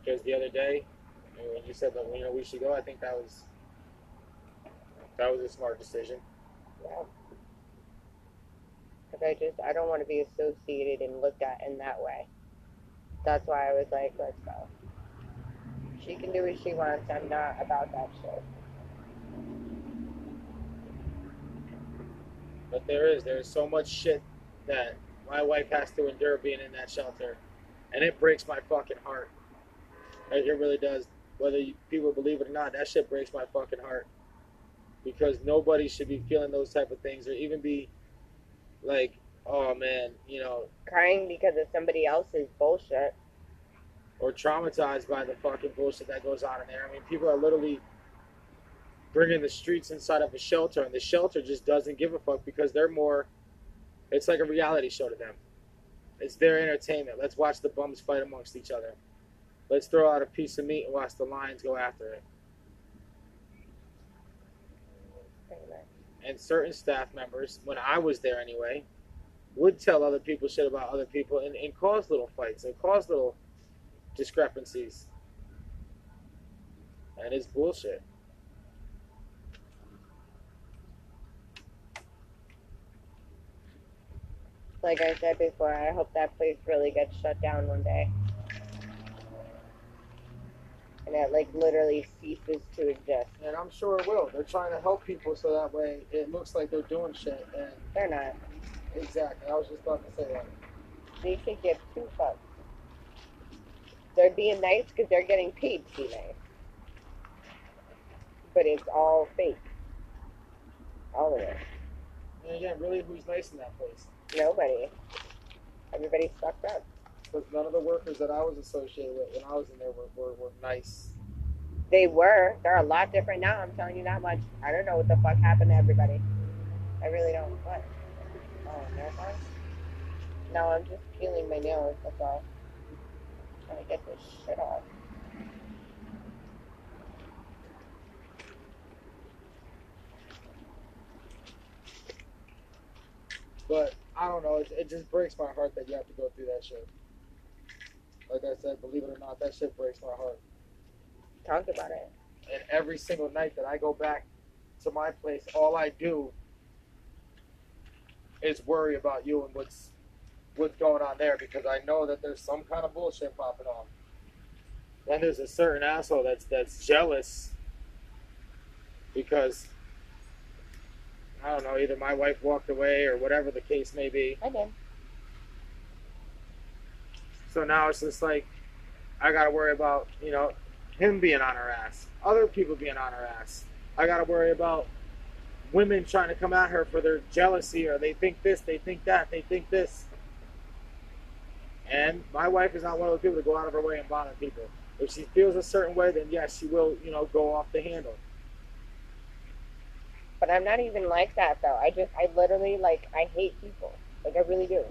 A: Because the other day, you know, when you said that you know we should go, I think that was that was a smart decision.
B: Because I just, I don't want to be associated and looked at in that way. That's why I was like, let's go. She She can do what she wants. I'm not about that shit.
A: But there is there's so much shit that my wife has to endure being in that shelter, and it breaks my fucking heart. It it really does. Whether you, people believe it or not, that shit breaks my fucking heart because nobody should be feeling those type of things or even be like, oh man, you know,
B: Crying because of somebody else's bullshit.
A: or traumatized by the fucking bullshit that goes on in there. I mean, people are literally bringing the streets inside of a shelter, and the shelter just doesn't give a fuck because they're more. It's like a reality show to them. It's their entertainment. Let's watch the bums fight amongst each other. Let's throw out a piece of meat and watch the lions go after it.
B: pretty much.
A: And certain staff members, when I was there anyway, would tell other people shit about other people and, and cause little fights and cause little discrepancies. And it's bullshit.
B: Like I said before, I hope that place really gets shut down one day. And it like literally ceases to exist.
A: and I'm sure it will. They're trying to help people so that way it looks like they're doing shit. And
B: They're not.
A: exactly, I was just about to say that.
B: They should give two fucks. They're being nice because they're getting paid to be nice. But it's all fake. All of it.
A: And again, really, who's nice in that place?
B: Nobody. Everybody's fucked up.
A: Because none of the workers that I was associated with when I was in there were, were, were nice.
B: They were. They're a lot different now. I'm telling you that much. I don't know what the fuck happened to everybody. I really don't. What? Oh, never mind. No, I'm just peeling my nails. That's all. Trying to get this shit off.
A: But I don't know, it, it just breaks my heart that you have to go through that shit. Like I said, believe it or not, that shit breaks my heart.
B: Talk about it.
A: and every single night that I go back to my place, all I do is worry about you and what's what's going on there because I know that there's some kind of bullshit popping off. Then there's a certain asshole that's that's jealous because I don't know, either my wife walked away or whatever the case may be.
B: I did.
A: So now it's just like I gotta worry about, you know, him being on her ass, other people being on her ass. I gotta worry about women trying to come at her for their jealousy or they think this, they think that, they think this. And my wife is not one of those people to go out of her way and bother people. If she feels a certain way, then yes, she will, you know, go off the handle.
B: But I'm not even like that though. I just I literally like I hate people. Like I really do.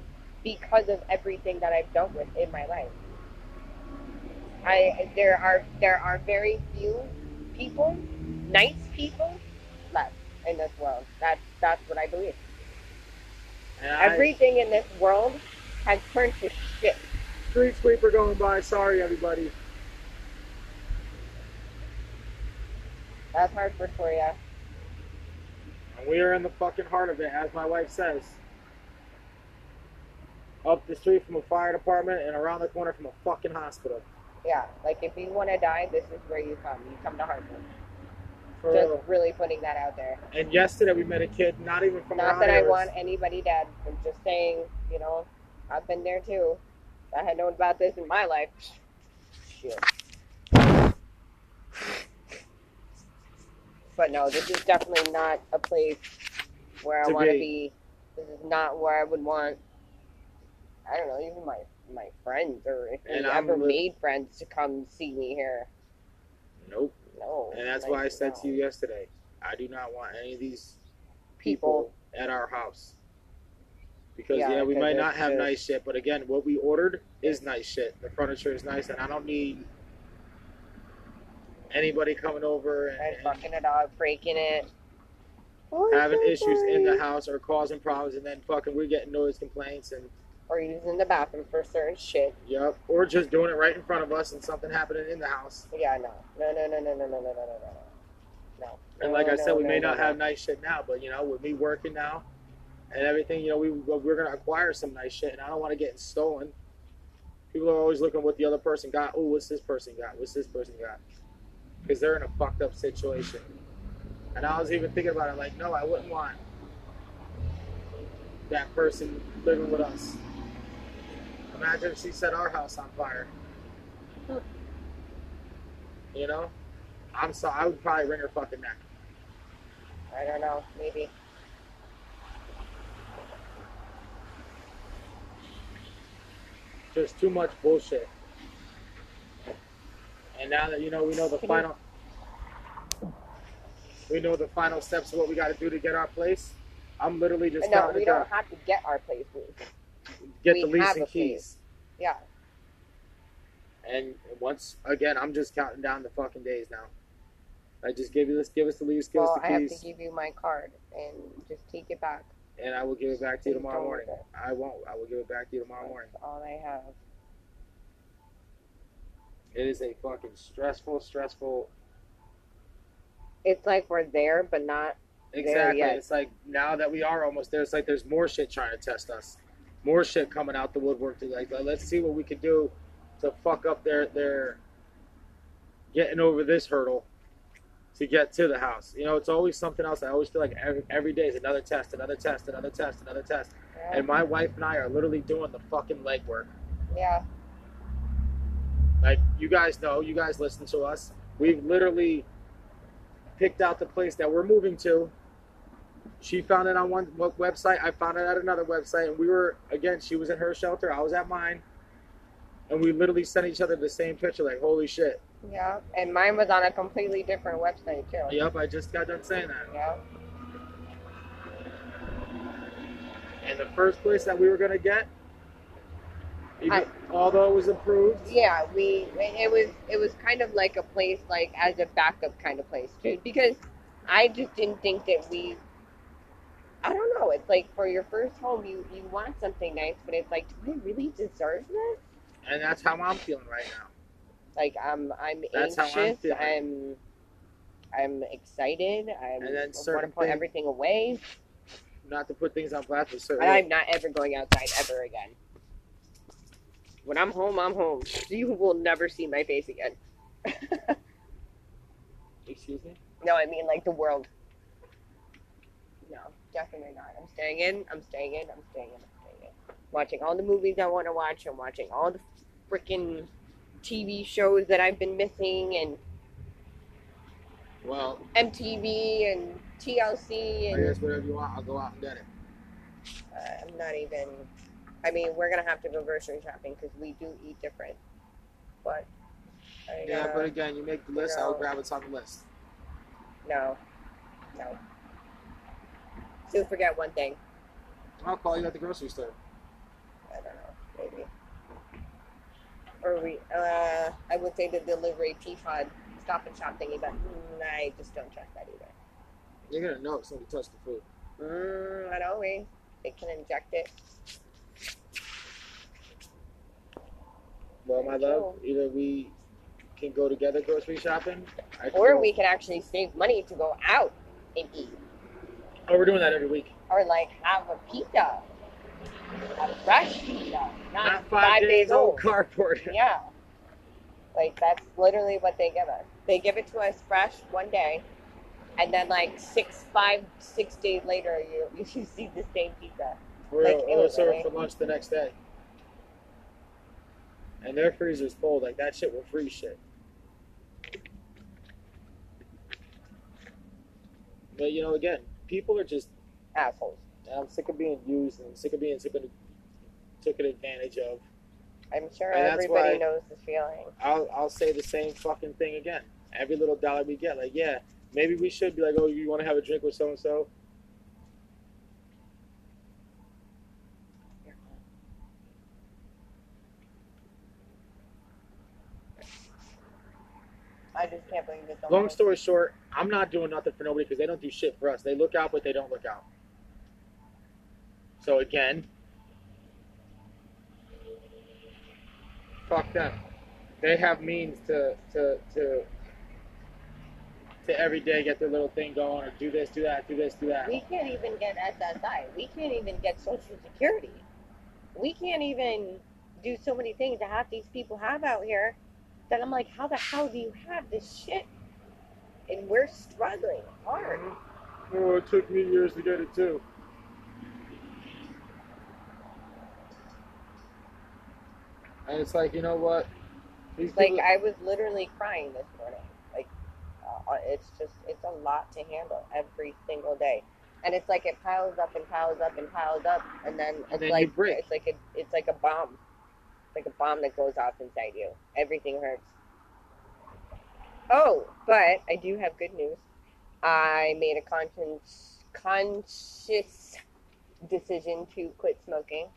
B: Because of everything that I've dealt with in my life. I there are there are very few people, nice people left in this world. That's that's what I believe.
A: And I-
B: Everything in this world has turned to shit.
A: street sweeper going by, sorry everybody.
B: That's Hartford for you.
A: And we are in the fucking heart of it, as my wife says. Up the street from a fire department and around the corner from a fucking hospital.
B: Yeah. Like if you wanna die, this is where you come. You come to Hartford.
A: For real.
B: Just really putting that out there.
A: And yesterday we met a kid, not even from
B: Not
A: around
B: that I
A: here, was-
B: want anybody dead. I'm just saying, you know, I've been there too. I had known about this in my life. Shit. But no, this is definitely not a place where I
A: To
B: want to
A: be.
B: be. This is not where I would want. I don't know, even my my friends or if
A: And
B: I
A: I'm
B: ever
A: li-
B: made friends to come see me here.
A: Nope.
B: No,
A: And that's
B: like,
A: why I said
B: no.
A: to you yesterday, I do not want any of these
B: people.
A: people at our house. Because
B: Yeah,
A: yeah, we
B: because
A: might not have
B: it's-
A: nice shit, but again, what we ordered is nice shit. The furniture is nice, and I don't need anybody coming over
B: And
A: and, and
B: fucking a dog, breaking it. Oh, I'm
A: having
B: so
A: issues in the
B: sorry.
A: house or causing problems, and then fucking we're getting noise complaints and
B: or using the bathroom for certain shit.
A: yep, or just doing it right in front of us and something happening in the house.
B: Yeah, no, no, no, no, no, no, no, no, no, no, no, no.
A: And
B: No,
A: like I
B: no,
A: said, we
B: no,
A: may
B: no,
A: not
B: no.
A: have nice shit now, but you know, with me working now and everything, you know, we we're gonna acquire some nice shit, and I don't want to get stolen. People are always looking what the other person got. Oh, what's this person got? What's this person got? Because they're in a fucked up situation. And I was even thinking about it, like, no, I wouldn't want that person living with us. Imagine if she set our house on fire. You know, I'm so I would probably wring her fucking neck.
B: I don't know. Maybe.
A: Just too much bullshit. And now that you know, we know the
B: Can you-
A: final. We know the final steps of what we got to do to get our place. I'm literally just
B: no,
A: telling
B: we
A: the
B: don't
A: guy,
B: have to get our place. moved.
A: get
B: we
A: the lease
B: have a
A: and keys.
B: Yeah.
A: And once again, I'm just counting down the fucking days now. I just give you this, give us the lease, give
B: well,
A: us
B: I
A: the
B: have to
A: keys,
B: give you my card and just take it back.
A: and I will give it back to you
B: Please
A: tomorrow
B: don't
A: morning.
B: look at
A: I won't. I will give it back to you tomorrow morning.
B: That's all I have.
A: It is a fucking stressful, stressful.
B: It's like we're there, but not.
A: Exactly.
B: yet.
A: It's like now that we are almost there, it's like there's more shit trying to test us, more shit coming out the woodwork. To like, like, let's see what we can do to fuck up their their getting over this hurdle to get to the house. You know, it's always something else. I always feel like every, every day is another test, another test, another test, another test.
B: Yeah.
A: And my wife and I are literally doing the fucking legwork.
B: yeah.
A: Like you guys know, you guys listen to us. We've literally picked out the place that we're moving to. She found it on one w- website. I found it at another website, and we were again. She was in her shelter. I was at mine, and we literally sent each other the same picture. Like, holy shit!
B: Yeah. And mine was on a completely different website too.
A: Yep, I just got done saying that.
B: Yeah.
A: And the first place that we were gonna get, even,
B: I-
A: although it was approved,
B: yeah we it was it was kind of like a place like as a backup kind of place too because i just didn't think that we i don't know it's like for your first home you you want something nice but it's like do i really deserve this
A: and that's how I'm feeling right now.
B: like i'm i'm
A: That's how I'm
B: anxious
A: feeling.
B: i'm i'm excited i'm
A: And then
B: want to
A: certain
B: put
A: things-
B: everything away
A: Not to put things on blast, but certainly
B: and i'm not ever going outside ever again when i'm home i'm home you will never see my face again
A: excuse me.
B: No, I mean like the world. No, definitely not. I'm staying in. I'm staying in. I'm staying in. I'm staying in. Watching all the movies I want to watch. I'm watching all the freaking TV shows that I've been missing and
A: Well,
B: MTV and TLC
A: I
B: and
A: guess whatever you want, I'll go out and get it.
B: uh, I'm not even. I mean, we're gonna have to go grocery shopping because we do eat different. But I,
A: Yeah,
B: uh,
A: but again, you make the list, I'll
B: No.
A: grab what's on the list.
B: no, no. Do forget one thing.
A: I'll call you at the grocery store.
B: I don't know, maybe. Or we, uh, I would say the delivery Peapod Stop and Shop thingy, but mm, I just don't trust that either.
A: You're gonna know if somebody touched the food.
B: Mm, not always. They can inject it.
A: Well, my love, either we can go together grocery shopping, I can
B: Or
A: go-
B: we can actually save money to go out and eat.
A: Oh, we're doing that every week.
B: Or like have a pizza. A fresh pizza. Not,
A: Not five, days, old cardboard.
B: Yeah. Like that's literally what they give us. They give it to us fresh one day, and then like six, five, six days later, you you see the same pizza.
A: We're,
B: Like,
A: we're
B: ew,
A: served
B: really?
A: for lunch the next day. And their freezer's full. Like that shit will freeze shit. But you know, again, people are just
B: Assholes.
A: I'm sick of being used and I'm sick of being taken taken advantage of.
B: I'm sure
A: And that's
B: everybody
A: why-
B: knows the feeling.
A: I'll I'll say the same fucking thing again. Every little dollar we get, like, yeah, maybe we should be like, oh, you want to have a drink with so and so?
B: I just can't believe it's
A: Long
B: almost-
A: story short, I'm not doing nothing for nobody because they don't do shit for us. They look out, but they don't look out. So again, fuck them. They have means to to to to every day get their little thing going or do this, do that, do this, do that.
B: We can't even get SSI. We can't even get Social Security. We can't even do so many things that half these people have out here that I'm like, how the hell do you have this shit? And we're struggling hard.
E: Oh, it took me years to get it too.
A: And it's like, you know what? These
B: Like
A: people-
B: I was literally crying this morning. Like uh, it's just it's a lot to handle every single day, and it's like it piles up and piles up and piles up, and then it's
A: then you
B: like
A: break.
B: it's like a, it's like a bomb, it's like a bomb that goes off inside you. Everything hurts. Oh, but I do have good news. I made a conscious conscious decision to quit smoking.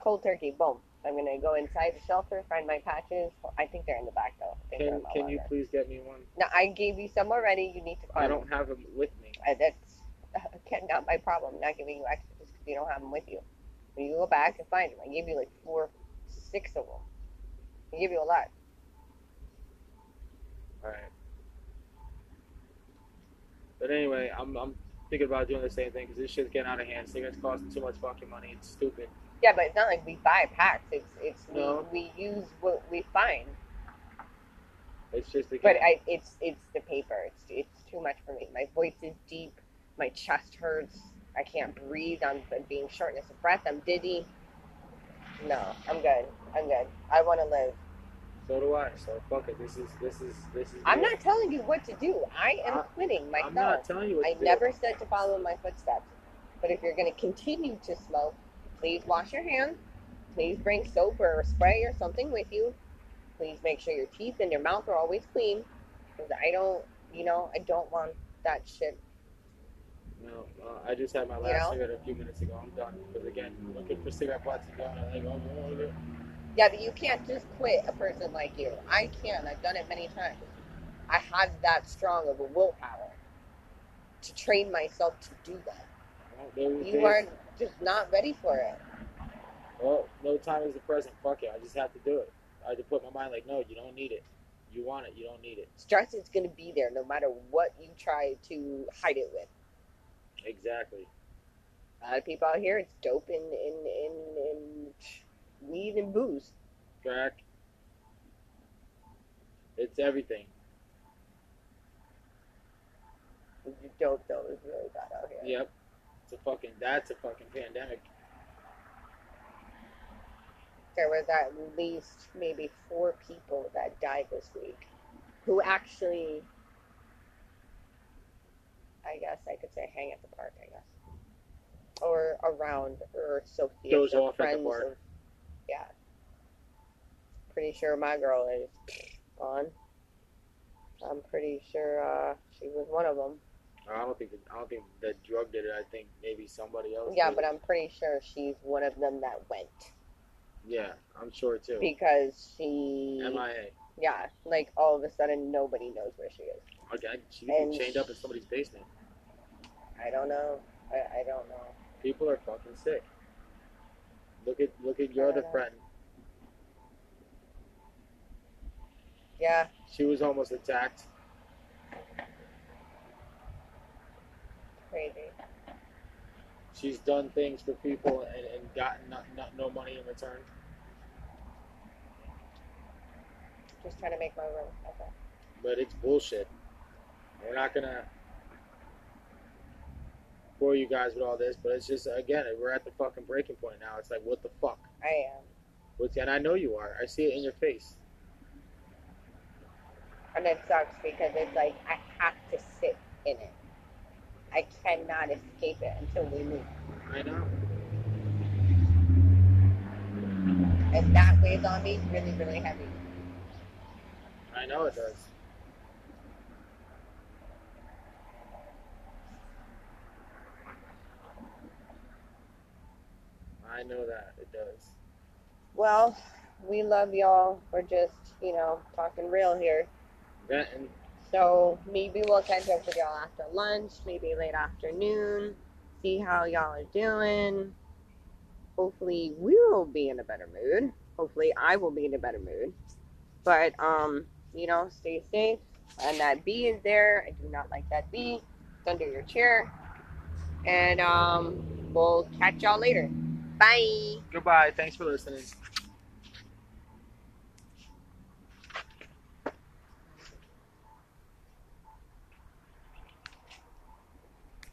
B: Cold turkey, boom. I'm gonna go inside the shelter, find my patches. I think they're in the back though. I think they're
A: can,
B: in my
A: can you
B: locker.
A: please get me one?
B: No, I gave you some already. You need to find.
A: I don't have them with me.
B: I, that's uh, can- not my problem. Not giving you extra just because you don't have them with you. When you go back and find them, I gave you like four, six of them. I gave you a lot.
A: All right. But anyway, I'm, I'm thinking about doing the same thing because this shit's getting out of hand. Cigarettes cost too much fucking money. It's stupid.
B: Yeah, but it's not like we buy packs. It's it's we-
A: No.
B: we, use what we find.
A: It's just again,
B: But I it's it's the paper. It's it's too much for me. My voice is deep. My chest hurts. I can't breathe. I'm, I'm being shortness of breath. I'm dizzy. No, I'm good. I'm good. I want to live.
A: so do I. So fuck it. This is this is this is.
B: I'm
A: me.
B: not telling you what to do. I am
A: I-
B: quitting myself.
A: I'm not telling you. What
B: I
A: to do.
B: never said to follow in my footsteps. But if you're going to continue to smoke, please wash your hands. Please bring soap or spray or something with you. Please make sure your teeth and your mouth are always clean. Because I don't, you know, I don't want that shit.
A: No, uh, I just had my
B: You
A: last
B: know?
A: cigarette a few minutes ago. I'm done. Because again, looking for cigarette butts and going like, oh, oh, oh, oh.
B: Yeah, but you can't just quit a person like you. I can. I've done it many times. I have that strong of a willpower to train myself to do that.
A: Well, there were days-
B: You are just not ready for it.
A: Well, no time is the present. Fuck it. I just have to do it. I had to put my mind like, no, you don't need it. You want it. You don't need it.
B: stress is going to be there no matter what you try to hide it with.
A: Exactly.
B: A lot of people out here, it's dope and, and, and, and weed and booze.
A: Crack. It's everything.
B: The dope, though, is really bad out here.
A: Yep. It's a fucking. That's a fucking pandemic.
B: There was at least maybe four people that died this week who actually, I guess I could say, hang at the park, I guess. Or around, or associated
A: Goes
B: or
A: off at the
B: friends
A: park.
B: of- yeah. Pretty sure my girl is on. I'm pretty sure uh, she was one of them.
A: I don't think. I don't think the drug did it. I think maybe somebody else.
B: Yeah,
A: did
B: but
A: it.
B: I'm pretty sure she's one of them that went
A: Yeah, I'm sure too.
B: because she,
A: MIA.
B: yeah, like all of a sudden nobody knows where she is.
A: Okay, she can
B: And-
A: be chained up in somebody's basement.
B: I don't know. I, I don't know.
A: People are fucking sick. Look at look at your other
B: Yeah.
A: friend.
B: Yeah,
A: She was almost attacked.
B: crazy.
A: She's done things for people and, and gotten not, not no money in return.
B: Just trying to make my room. Okay.
A: But it's bullshit. We're not gonna bore you guys with all this, but it's just again we're at the fucking breaking point now. It's like what the fuck?
B: I am.
A: What's, and I know you are. I see it in your face.
B: And it sucks because it's like I have to sit in it. I cannot escape it until we move.
A: I know.
B: And that weighs on me really, really heavy.
A: I know it does. I know that it does.
B: Well, we love y'all. We're just, you know, talking real here.
A: Benton,
B: So maybe we'll catch up with y'all after lunch, maybe late afternoon, see how y'all are doing. Hopefully we'll be in a better mood. Hopefully I will be in a better mood. But um, you know, stay safe. And that bee is there. I do not like that bee. It's under your chair. And um we'll catch y'all later. Bye.
A: goodbye. Thanks for listening.